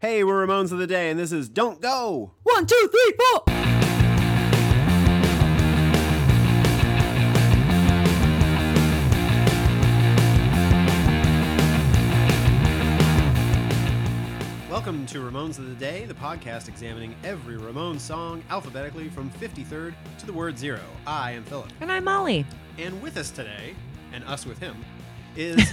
Hey, we're Ramones of the Day, and this is Don't Go! One, two, three, four. Welcome to Ramones of the Day, the podcast examining every Ramones song alphabetically from 53rd to the word zero. I am Philip. And I'm Molly. And with us today, and us with him, is,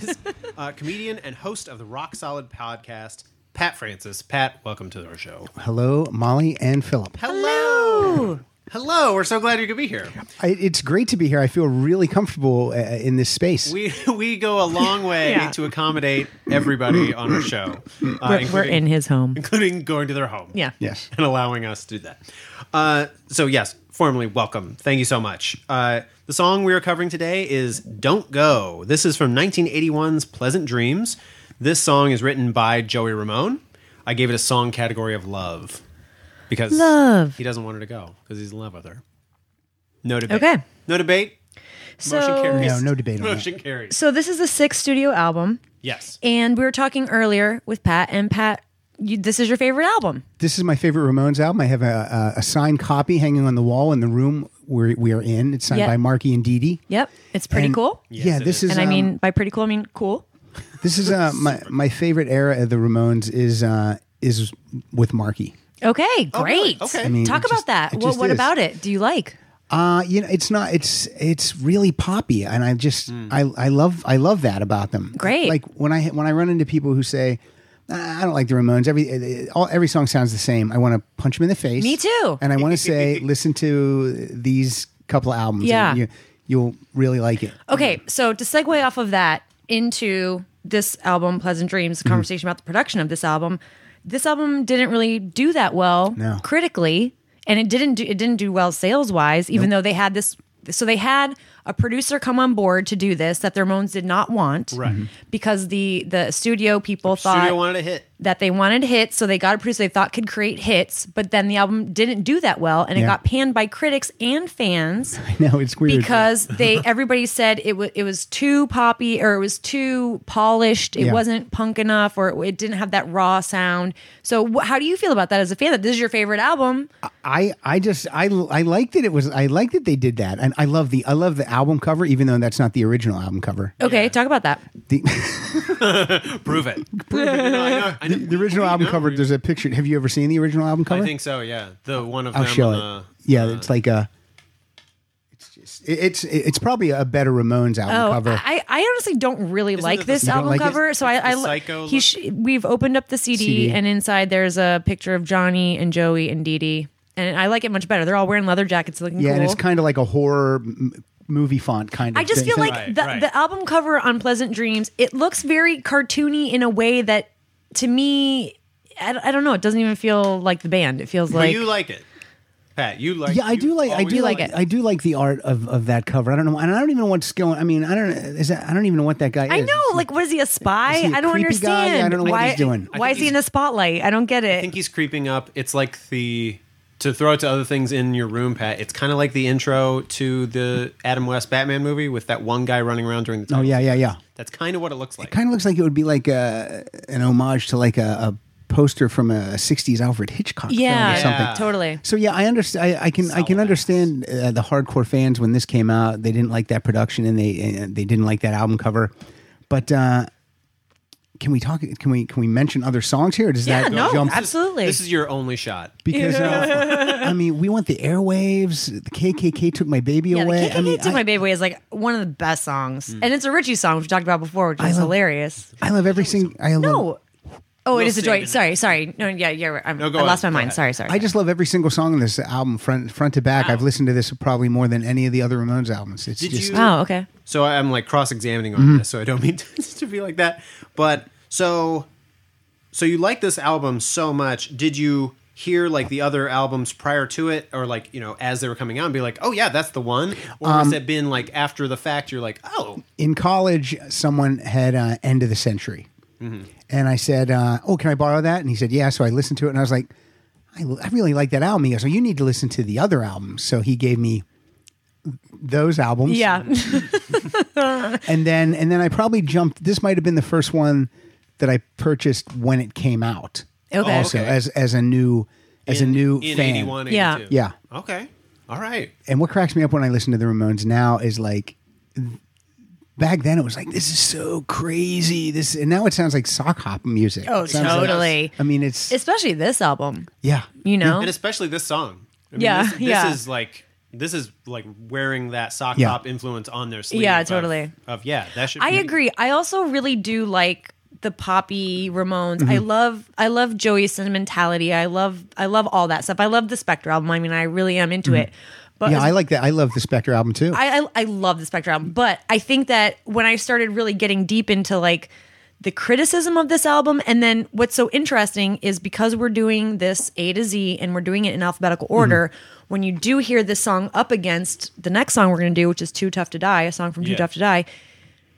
is uh, comedian and host of the Rock Solid podcast, Pat Francis. Pat, welcome to our show. Hello, Molly and Philip. Hello! Hello, we're so glad you could be here. I, it's great to be here. I feel really comfortable uh, in this space. We we go a long way Yeah. to accommodate everybody on our show, uh, We're, we're in his home. including going to their home. Yeah. yes. and allowing us to do that. Uh, so, yes, formally welcome. Thank you so much. Uh, the song we are covering today is Don't Go. This is from 1981's Pleasant Dreams. This song is written by Joey Ramone. I gave it a song category of love because Love. he doesn't want her to go because he's in love with her. No debate. Okay. No debate. Motion So, carries. No, no debate on that. Motion carries. so this is the sixth studio album, Yes. and we were talking earlier with Pat, and Pat, you, this is your favorite album. This is my favorite Ramones album. I have a, a, a signed copy hanging on the wall in the room where we are in. It's signed Yeah. by Marky and Dee Dee. Yep, it's pretty And- cool. yeah, it this is. is. And I um, mean, by pretty cool, I mean cool. this is uh, my my favorite era of the Ramones is uh, is with Marky. Okay, Oh, great. really? Okay. I mean, Talk it about just- that. it What, just what is. about it? Do you like? Uh, you know, it's not. It's it's really poppy, and I just Mm. I I love I love that about them. Great. Like when I when I run into people who say. "Ah, I don't like the Ramones. Every eh, eh, all every song sounds the same. I want to punch them in the face. Me too. And I want to say, listen to these couple of albums. Yeah. and you, you'll really like it. Okay, so to segue off of that into this album, Pleasant Dreams, Mm. the conversation about the production of this album, this album didn't really do that well No. critically, and it didn't do, it didn't do well sales wise, even though they had this. So they had a producer come on board to do this that the Ramones did not want, Right. Mhm. Because the the studio people thought Studio wanted a hit. that they wanted hits, so they got a producer they thought could create hits, but then the album didn't do that well, and it Yeah. got panned by critics and fans I know it's weird because they everybody said it was it was too poppy or it was too polished. It Yeah. wasn't punk enough or it, it didn't have that raw sound. So wh- how do you feel about that as a fan? That this is your favorite album? I I just I I liked that it was I liked that they did that, and I love the I love the album cover, even though that's not the original album cover. Okay, talk about that. The, Prove it. Prove it. No, I know. I know. the original album cover. There's a picture. Have you ever seen the original album cover? I think so, yeah. The one of I'll them. show it. uh, yeah, it's like a. It's just it- it's it's probably a better Ramones album Oh, cover. I, I honestly don't really it like the- this You don't album like it? cover. So I, I the psycho he sh- we've opened up the CD, CD. and inside there's a picture of Johnny and Joey and Dee Dee. And I like it much better. They're all wearing leather jackets, looking yeah, cool. and it's kind of like a horror m- movie font kind of. I just thing. feel like Right, the, right. the album cover on Pleasant Dreams, it looks very cartoony in a way that to me, I, don't- I don't know, it doesn't even feel like the band. It feels But like, you like it, Pat. You like. Yeah, I Oh, you do like. I always do like like. it. I do like the art of, of that cover. I don't know. And I don't even know what's going. I mean, I don't. Is that? I don't even know what that guy. I is. know, like, what is he, a spy? Is he a I don't creepy guy? understand. I don't know what why, he's doing. I Why is think he in the spotlight? I don't get I think it. he's creeping up. It's like the to throw it to other things in your room, Pat. It's kind of like the intro to the Adam West Batman movie with that one guy running around during the. Oh yeah, yeah, yeah. That's kind of what it looks like. Kind of looks like it would be like a, an homage to like a, a poster from a '60s Alfred Hitchcock film Yeah, or something. Yeah. totally. So yeah, I understand. I, I can I can Solid. understand uh, the hardcore fans when this came out. They didn't like that production and they uh, they didn't like that album cover. But uh, can we talk? Can we can we mention other songs here? Or does Yeah, that no, jump? absolutely. This is your only shot. because uh, I mean, we want the airwaves. The KKK took my baby yeah, the away. KKK I mean, Took My Baby Away is like one of the best songs. Mm. And it's a Richie song, which we talked about before, which is love- hilarious. I, I love every single. I love. No. Oh, it We'll is a save joy. it. Sorry, sorry. No, yeah, yeah. right. I'm, No, go I lost on. my Go mind. ahead. Sorry, sorry. I just love every single song in this album, front front to back. I've listened to this probably more than any of the other Ramones albums. It's Did just you- Oh, okay. So I'm like cross examining on Mm-hmm. this, so I don't mean to, to be like that. But so, so you like this album so much? Did you hear like the other albums prior to it, or like you know as they were coming out, and be like, oh yeah, that's the one? Or Um, has it been like after the fact? You're like, oh, in college. Someone had uh, "End of the Century," Mm-hmm. and I said, uh, "Oh, can I borrow that?" And he said, "Yeah." So I listened to it, and I was like, "I, I really like that album." He goes, "Well, you need to listen to the other albums." So he gave me those albums. Yeah. and then and then I probably jumped. This might have been the first one that I purchased when it came out. Oh, Okay. Also, Okay. as as a new as in, a new in fan. 81, Yeah. 82. Yeah. Okay. All right. And what cracks me up when I listen to the Ramones now is like back then it was like this is so crazy this and now it sounds like sock hop music. Oh, It sounds like- totally. I mean it's, Especially this album, yeah. you know? And especially this song. I mean, Yeah, This, this yeah. is like this is like wearing that sock Yeah. pop influence on their sleeve. Yeah, of- totally. Of, yeah, that should. I be- agree. I also really do like the poppy Ramones. I Mm-hmm. love I love Joey's sentimentality. I love I love all that stuff. I love the Spectre album. I mean, I really am into it. But Mm-hmm. Yeah, I like that. I love the Spectre album too. I, I I love the Spectre album, but I think that when I started really getting deep into like the criticism of this album, and then what's so interesting is because we're doing this A to Z and we're doing it in alphabetical Mm-hmm. order. When you do hear this song up against the next song we're going to do, which is "Too Tough to Die," a song from "Too Yeah. Tough to Die,"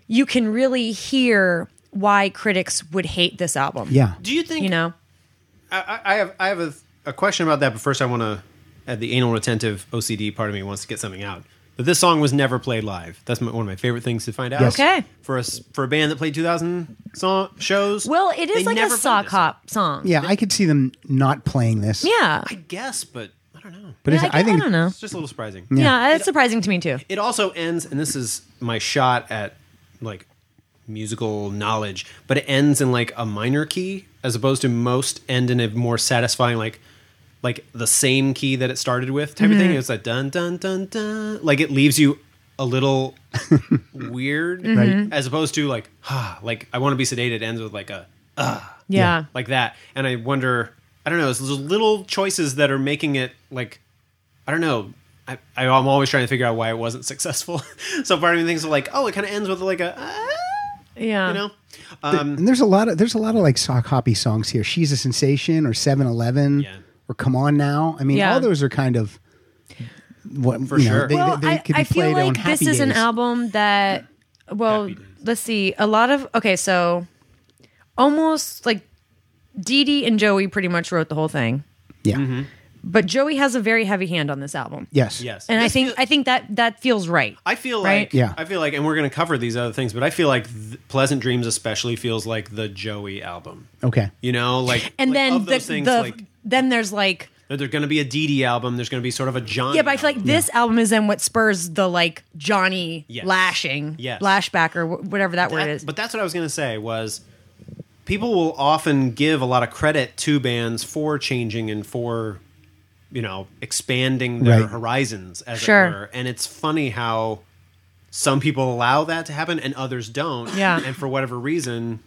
you can really hear why critics would hate this album. yeah. Do you think you know, I, I have I have a, a question about that, but first I want to add the anal retentive OCD part of me wants to get something out. But this song was never played live. That's my, one of my favorite things to find out. Yes. Okay. For a s- for a band that played two thousand song shows. well, it they is like never a played sock this song. hop song. Yeah, I could see them not playing this. yeah. I guess, but I don't know. But Yeah, it's, I, I, think I don't know. It's just a little surprising. Yeah, it's surprising to me too. It also ends, and this is my shot at like musical knowledge, but it ends in like a minor key as opposed to most end in a more satisfying like like the same key that it started with type of thing. It's like dun dun dun dun. Like it leaves you a little weird Right. as opposed to like ah like I want to be sedated ends with like a Yeah. like that. And I wonder, I don't know, it's those little choices that are making it like, I don't know. I, I'm always trying to figure out why it wasn't successful. so part of me thinks like, oh, it kind of ends with like a, ah, Yeah. you know, and there's a lot of there's a lot of like sock hoppy songs here. She's a sensation or 7-Eleven Yeah. or Come On Now. I mean, Yeah. all those are kind of what for sure. They, well, they, they I, could be I feel played on like Happy this is an Days. album that, well, Happy Days. let's see. A lot of, okay, so almost like Dee Dee and Joey pretty much wrote the whole thing. Yeah. Mm-hmm. But Joey has a very heavy hand on this album. Yes. yes. And I This think feel- I think that that feels right. I feel right? like, Yeah. I feel like, and we're going to cover these other things, but I feel like th- Pleasant Dreams especially feels like the Joey album. Okay. You know, like and like, then of the, those things, the like then there's like there's going to be a DD album. There's going to be sort of a John. yeah, but I feel like this album is then what spurs the like Johnny Yes. lashing, Yes. lashback or wh- whatever that, word That- is. But that's what I was going to say was people will often give a lot of credit to bands for changing and for you know expanding their Right. horizons as Sure. it were. And it's funny how some people allow that to happen and others don't. Yeah. And for whatever reason,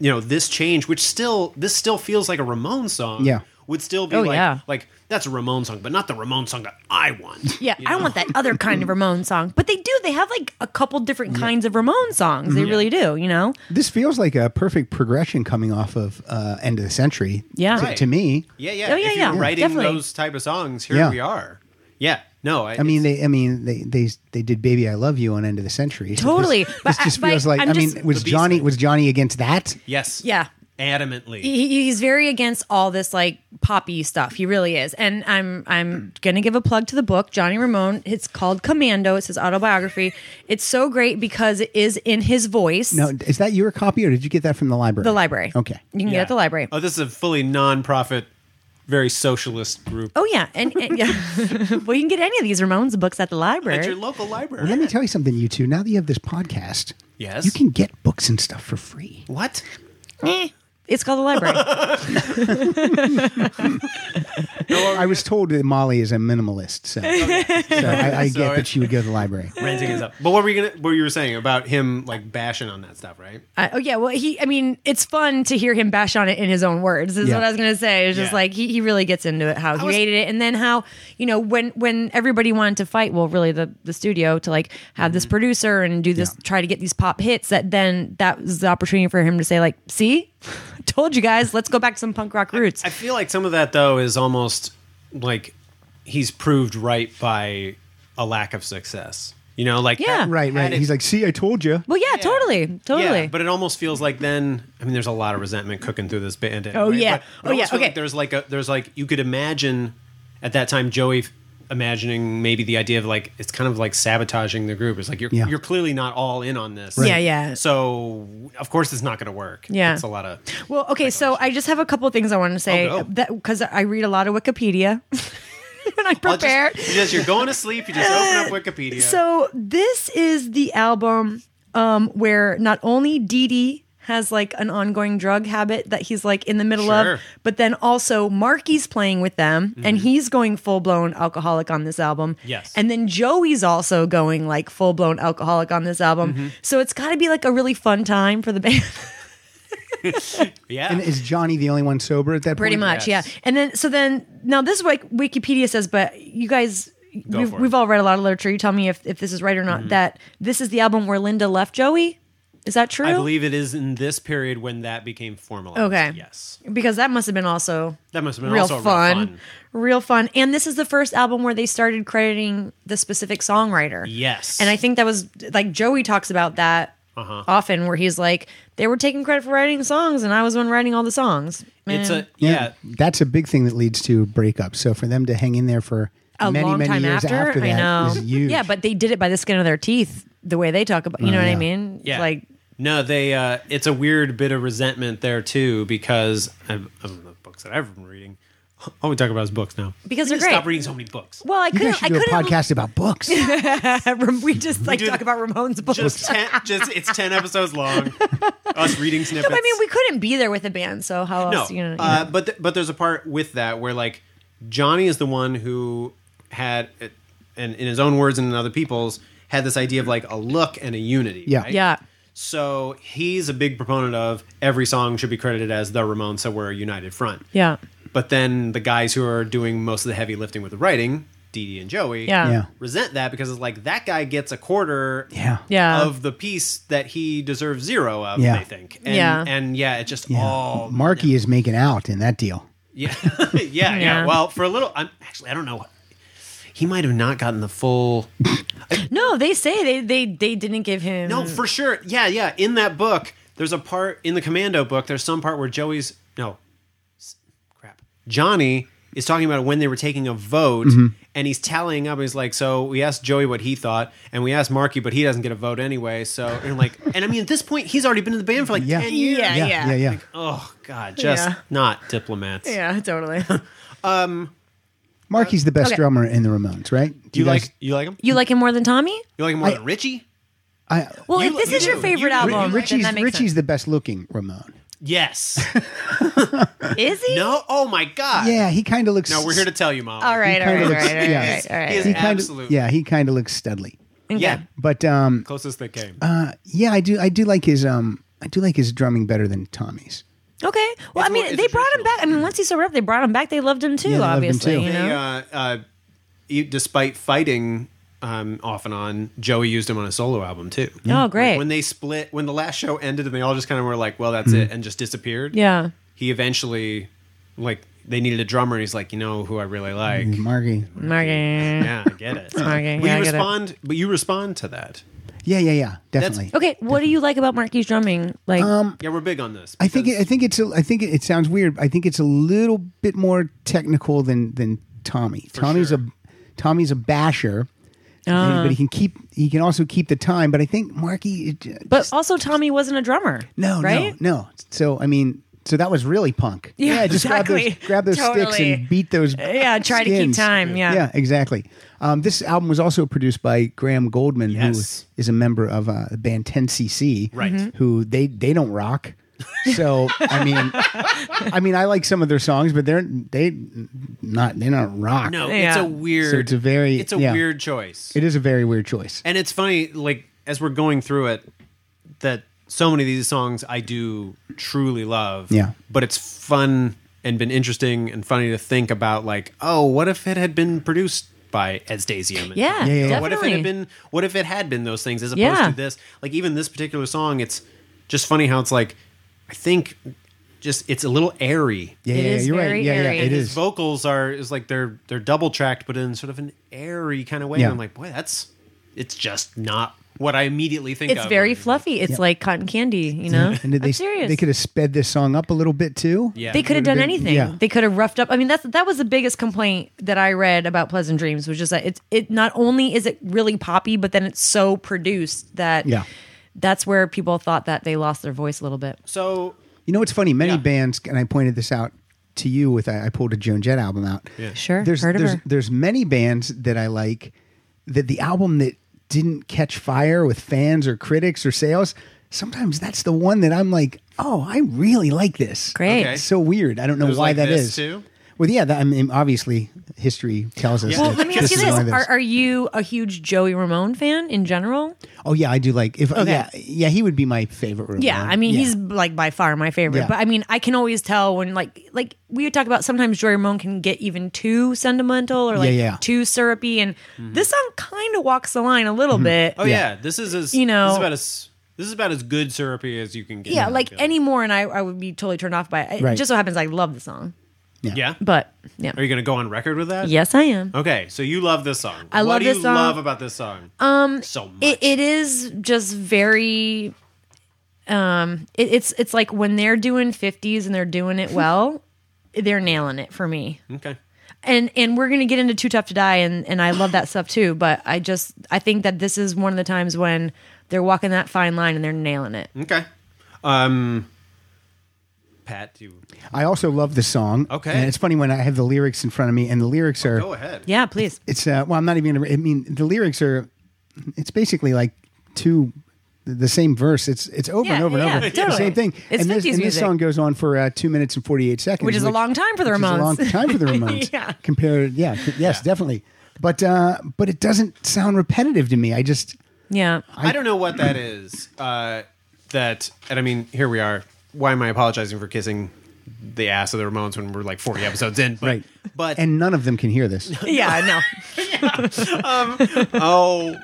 you know, this change, which still this still feels like a Ramon song. Yeah. Would still be Oh, like yeah. like that's a Ramon song, but not the Ramon song that I want. Yeah, I want that other kind of Ramon song. But they do. They have like a couple different kinds of Ramon songs. They really do, you know? This feels like a perfect progression coming off of uh, End of the Century. Yeah. To, Right. to me. Yeah, yeah. Oh, yeah, if you're yeah. writing Definitely. those type of songs, here Yeah. we are. Yeah. No, I, I mean, it's- they. I mean, they. They. They did "Baby, I Love You" on "End of the Century." So Totally. This, But this just I- but feels like. I'm I mean, just- was The Beast Johnny Man. was Johnny against that? Yes. Yeah. E, Adamantly. He, he's very against all this like poppy stuff. He really is. And I'm I'm gonna give a plug to the book Johnny Ramone. It's called Commando. It's his autobiography. It's so great because it is in his voice. No, is that your copy or did you get that from the library? the library. Okay. you can get it at the library. Oh, this is a fully non-profit, very socialist group. Oh yeah, and, and yeah. well, you can get any of these Ramones books at the library. At your local library. Let me tell you something, you two. Now that you have this podcast, Yes. you can get books and stuff for free. what? Eh, it's called the library. I was told that Molly is a minimalist, so, so I, I So get that she would go to the library. Uh, Renting is up. But what were you gonna? What you were saying about him like bashing on that stuff, right? I, oh yeah, well he I mean, it's fun to hear him bash on it in his own words. Is Yeah. what I was going to say. It's just Yeah. like he, he really gets into it how he was- hated it and then how, you know, when when everybody wanted to fight, well really the the studio to like have this producer and do this Mm-hmm. Yeah. try to get these pop hits that then that was the opportunity for him to say like, "See? Told you guys, let's go back to some punk rock roots." I feel like some of that though is almost like he's proved right by a lack of success. You know, like Yeah. Right, right. Had it- He's like, see, I told you. well, yeah, Yeah. totally. Totally. Yeah, but it almost feels like then. I mean, there's a lot of resentment cooking through this band. But, Oh, yeah. but I Oh, almost yeah, feel okay. Like there's like a there's like you could imagine at that time Joey f- imagining maybe the idea of like it's kind of like sabotaging the group. It's like you're Yeah. you're clearly not all in on this. Right. Yeah, yeah. So of course it's not going to work. Yeah. it's a lot of Well, okay, so I just have a couple things I want to say Oh, go. that because I read a lot of Wikipedia when I Well, just- prepare. you just you're going to sleep. You just open up Wikipedia. So this is the album um, where not only Dee Dee has like an ongoing drug habit that he's like in the middle Sure. Mm-hmm. of, but then also Marky's playing with them and he's going full blown alcoholic on this album. Yes. And then Joey's also going like full blown alcoholic on this album. Mm-hmm. So it's got to be like a really fun time for the band. yeah, And is Johnny the only one sober at that pretty point? much yes. yeah and then so then now this is what wikipedia says but you guys we've, for it. Mm-hmm. we've all read a lot of literature you tell me if, if this is right or not that this is the album where linda left joey is that true I believe it is in this period when that became formalized. Okay. yes, because that must have been also that must have been real also fun, real fun. real fun and this is the first album where they started crediting the specific songwriter Yes, and i think that was like joey talks about that Uh-huh. often where he's like they were taking credit for writing songs and i was the one writing all the songs it's Man. a yeah. That's a big thing that leads to breakups. So for them to hang in there for a many, long many time years after. after, that I know. is huge. Yeah, but they did it by the skin of their teeth. The way they talk about, you know what I yeah. mean? Yeah. Like, no, they. Uh, it's a weird bit of resentment there too because of, of the books that I've been reading. All we talk about is books now. Because We they're need to Stop great. reading so many books. well, I you guys couldn't. I should do a couldn't. podcast about books. we just like do talk the- about Ramon's books. Just ten. just it's ten episodes long. Us reading snippets. But I mean, we couldn't be there with a band, so how no, else? You know, uh, but th- but there's a part with that where like Johnny is the one who had, uh, and in his own words and in other people's, had this idea of like a look and a unity. Yeah. right? yeah, So he's a big proponent of every song should be credited as the Ramones, so we're a united front. yeah, But then the guys who are doing most of the heavy lifting with the writing, Dee Dee and Joey, yeah, Yeah. yeah. resent that because it's like that guy gets a quarter Yeah. Yeah. of the piece that he deserves zero of, Yeah. they think. And, Yeah. And yeah, it just Yeah. all. Marky is making out in that deal. Yeah. yeah. Yeah. Yeah. Well, for a little, I'm actually, I don't know. He might have not gotten the full. No, they say they they they didn't give him. No, for sure. Yeah, yeah. In that book, there's a part in the Commando book. There's some part where Joey's no, S- crap. Johnny is talking about when they were taking a vote, and he's tallying up. And he's like, "So we asked Joey what he thought, and we asked Marky, but he doesn't get a vote anyway." So and like, and I mean, at this point, he's already been in the band for like Yeah. ten years. Yeah, Yeah. Uh, yeah. Yeah. Yeah. Oh God, just Yeah. not diplomats. yeah, totally. Marky's the best Okay. drummer in the Ramones, right? Do you guys- like you like him? you like him more than Tommy? You like him more I- than Richie? I, Well, You- if this you is your do. favorite You- album, then Richie's, that makes Richie's the best looking Ramone. Yes. sense. is he? no. Oh my God. Yeah, he kind of looks. No, we're here to tell you, Mom. All right, all right, kinda all looks- right, all right, all yeah. right, all right. He is He kind of, absolutely. yeah, he kind of looks studly. Yeah. But um, Closest they came. yeah, I do, I do like his, um, I do like his drumming better than Tommy's. Okay. Well, It's I more- mean, it's they brought him traditional. back. I mean, once he sobered up, they brought him back. They loved him too, Yeah, they loved him obviously. too. You know. They, uh, uh, e- despite fighting um, off and on, Joey used him on a solo album too. Oh, great. Like, when they split, when the last show ended, and they all just kind of were like, "Well, that's it," and just disappeared. Hmm. yeah. He eventually, like, they needed a drummer, and he's like, "You know who I really like." Marky. Margaret. Yeah, I get it. Hmm. Okay, But yeah, I you get it. respond, but you respond to that. Yeah, yeah, yeah, definitely. Okay, what do you like about Marky's drumming? Like, Um, Yeah, we're big on this. I think it, because- I think it's a, I think it, it sounds weird. I think it's a little bit more technical than than Tommy. Tommy's sure. a Tommy's a basher, but he can keep he can also keep the time. But I think Marky, it, j- but just- also Tommy wasn't a drummer. no, right? no, no. So I mean, so that was really punk. Yeah, just grab exactly. those grab those sticks Totally. and beat those. Yeah, try to keep skins. time, yeah. yeah, exactly. Um, this album was also produced by Graham Goldman, Yes. who is a member of uh, the band 10cc, Right. Mm-hmm. Mhm. Who they they don't rock. So I mean, I mean, I like some of their songs, but they're they not they not rock. no, it's Yeah. a weird. So it's a very- It's a yeah. weird choice. it is a very weird choice. And it's funny, like as we're going through it, that so many of these songs I do truly love. Yeah. But it's fun and been interesting and funny to think about, like, oh, what if it had been produced by Ez Daisium? Yeah, Yeah, yeah, yeah. What if it definitely. had been? What if it had been those things as opposed Yeah. to this? Like even this particular song, it's just funny how it's like, I think, just it's a little airy. Yeah, It yeah, is you're very right. Yeah, airy. yeah, It it His is. vocals are is like they're they're double tracked, but in sort of an airy kind of way. Yeah. And I'm like, boy, that's it's just not what I immediately think of. It's very when- fluffy. It's like cotton candy, you know. And did I'm they serious. they could have sped this song up a little bit too. Yeah. They could have Would've done been- anything. yeah. They could have roughed up. I mean, that's that was the biggest complaint that I read about Pleasant Dreams, which is that it's it not only is it really poppy, but then it's so produced that Yeah. that's where people thought that they lost their voice a little bit. So You know what's funny? Many Yeah. bands, and I pointed this out to you with I, I pulled a Joan Jett album out. Sure, there's heard of there's her. there's many bands that I like that the album that didn't catch fire with fans or critics or sales. Sometimes that's the one that I'm like, oh, I really like this. Great. Okay. It's so weird. I don't know There's why like that is. this, too? Well, yeah, that, I mean, obviously history tells us. Yeah. Well, that let me ask you is this: why are, are you a huge Joey Ramone fan in general? oh yeah, I do like. If yeah, yeah, he would be my favorite. Room Yeah, I mean he's like by far my favorite. Yeah. But I mean I can always tell when like like we talk about sometimes Joy Ramone can get even too sentimental or like Yeah, yeah. too syrupy, and this song kind of walks the line a little bit. oh yeah. this is as You know- this is about as this is about as good syrupy as you can get. yeah, I like feel any more, and I, I would be totally turned off by it. It Right. just so happens I love the song, Yeah. but yeah, Are you going to go on record with that? yes, I am. Okay, so you love this song. I what love do this you song. love about this song? Um, so much. It, it is just very. Um, it, it's it's like when they're doing fifties and they're doing it well, they're nailing it for me. okay. and and we're gonna get into too tough to die and and i love that stuff too but i just i think that this is one of the times when they're walking that fine line and they're nailing it Okay. Um, Pat, do you I also love the song. Okay. Oh, and it's funny when I have the lyrics in front of me, and the lyrics are go ahead. yeah please it's uh, well, I'm not even. I mean, the lyrics are. It's basically like two, the same verse. It's it's over Yeah, and over and yeah, over. yeah, The totally. same thing. It's and this, 50s and this music. song goes on for uh, two minutes and forty eight seconds, Which is a long time for the which is Ramones. a long time for the Ramones. Yeah. Compared, yeah, c- yes, definitely. But uh, but it doesn't sound repetitive to me. I just yeah I don't know what that is. Uh, that and I mean, here we are. Why am I apologizing for kissing the ass of the Ramones when we're like 40 episodes in? But, right. But and none of them can hear this. yeah no oh,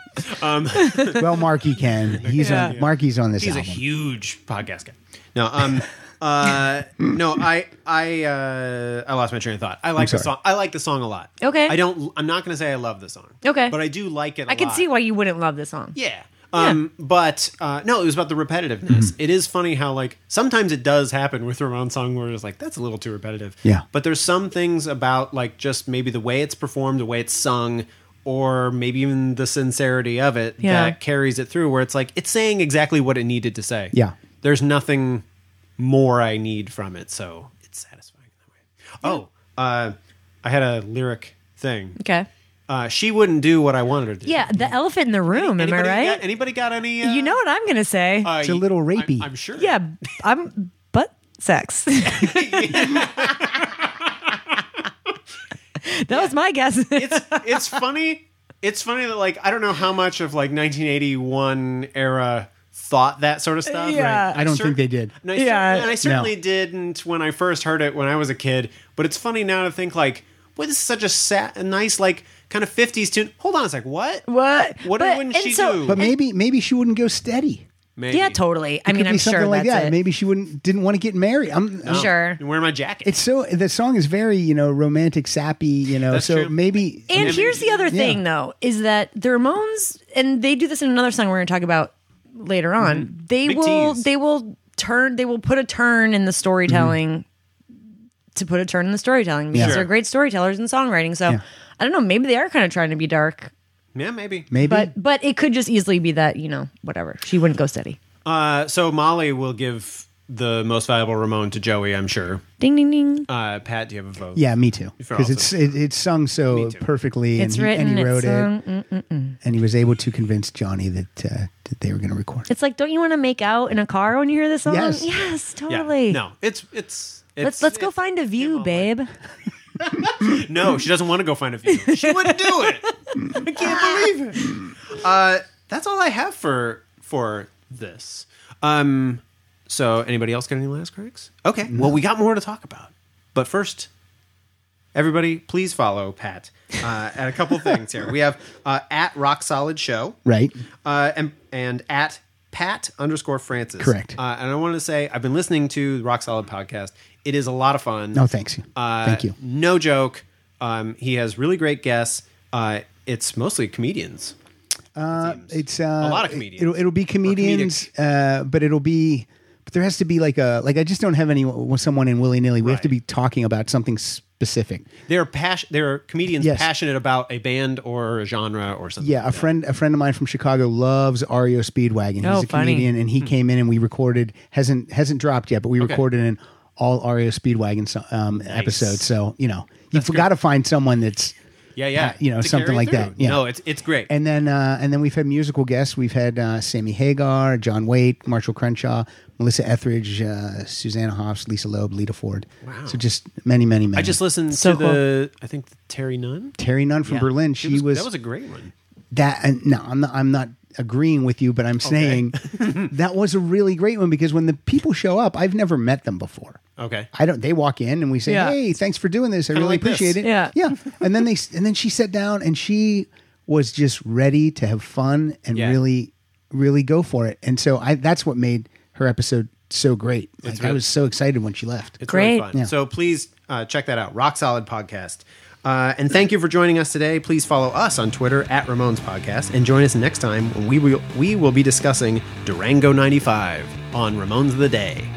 well, Marky can. He's on. Marky's on this he's a album. huge podcast guy. No, um, uh, no, I, I, uh, I lost my train of thought. I like the sorry. song. I like the song a lot. Okay. I don't. I'm not gonna say I love the song. Okay. But I do like it. I i can see why you wouldn't love this song Yeah. Um, But uh, no, it was about the repetitiveness. It is funny how like sometimes it does happen with Ramon song where it's like that's a little too repetitive. Yeah. But there's some things about like just maybe the way it's performed, the way it's sung, or maybe even the sincerity of it Yeah. that carries it through. Where it's like it's saying exactly what it needed to say. Yeah. There's nothing more I need from it, so it's satisfying that way. Oh, uh, I had a lyric thing. okay Uh, she wouldn't do what I wanted her to. do. yeah the elephant in the room am i Anybody right Got, anybody got any? Uh, you know what i'm gonna say uh, It's a little I'm- rapey. I'm, sure. yeah i'm butt sex that was my guess it's it's funny. It's funny that like I don't know how much of like 1981 era thought that sort of stuff. Yeah. right? I don't cer- think they did. And I, Yeah, yeah, and I certainly no. didn't when I first heard it when I was a kid. But it's funny now to think like, boy, this is such a, sa- a nice like kind of 50s tune. Hold on, it's like what? what What But- wouldn't and she so- do? But maybe maybe she wouldn't go steady. Maybe. yeah totally i mean Could be i'm something sure like that's that. it Maybe she wouldn't didn't want to get married. I'm, I'm sure Oh, And wear my jacket. It's so the song is very you know romantic, sappy. You know, That's so true. maybe And Maybe- here's the other thing, though, is that the Ramones, and they do this in another song we're going to talk about later on. They Mm-hmm. Big will, tease. they will turn, they will put a turn in the storytelling Mm-hmm. to put a turn in the storytelling because Sure. they're great storytellers in songwriting. So I don't know, maybe they are kind of trying to be dark, yeah, maybe. maybe but but it could just easily be that you know whatever she wouldn't go steady. Uh, so Molly will give the most valuable Ramon to Joey. I'm sure. Ding ding ding. Um, Uh, Pat, do you have a vote? yeah, me too. Because also- it's it, it's sung so too. perfectly, It's and, he, written. and he it's wrote sung. it, and he was able to convince Johnny that uh, that they were going to record. It's like, don't you want to make out in a car when you hear this song? Yes. Yeah. totally. No, it's it's. Let's it's- let's go it's- find a view, babe. No, she doesn't want to go find a view. She wouldn't do it. I can't believe it. Uh, that's all I have for for this. Um, so anybody else got any last critics? Okay. Well, we got more to talk about, but first. Everybody, please follow Pat uh, at a couple things here. We have uh, at Rock Solid Show, Right? uh, and and at Pat underscore Francis. Correct. Uh, and I want to say I've been listening to the Rock Solid podcast. It is a lot of fun. No, thanks. Uh, Thank you. No joke. Um, he has really great guests. Uh, it's mostly comedians. Uh, It's uh, a lot of it- comedians. It'll, it'll be Or comedics. comedians, uh, but it'll be. But there has to be like a like. I just don't have any someone in willy nilly. We have to be Right. talking about something specific. They're passion. They're comedians Yes. passionate about a band or a genre or something. Yeah, a friend a friend of mine from Chicago loves Ario Speedwagon. Oh, He's a funny. comedian, and he came in and we recorded hasn't hasn't dropped yet, but we Hmm. Okay. recorded an all Ario Speedwagon so- um, episode. So you know you've got to find someone that's yeah, yeah. you know, To something carry like through. that, yeah. No, it's it's great. and then uh, and then we've had musical guests. We've had uh, Sammy Hagar, John Waite, Marshall Crenshaw, Melissa Etheridge, uh, Susanna Hoffs, Lisa Loeb, Lita Ford. Wow. So just many many many. I just listened So to the I think Terry Nunn. Terry Nunn from Yeah. Berlin. It She was that was a great one. that and no i'm not i'm not agreeing with you but i'm saying that was a really great one because when the people show up i've never met them before Okay. i don't they walk in and we say Yeah. hey thanks for doing this i really like this. appreciate it Yeah. yeah and then they and then she sat down and she was just ready to have fun and Yeah. really really go for it and so i that's what made her episode so great like i really- was so excited when she left It's really Great. fun. So please uh, check that out. Rock Solid Podcast. Uh, and thank you for joining us today. Please follow us on Twitter at Ramones Podcast and join us next time when we will, we will be discussing Durango 95 on Ramones of the Day.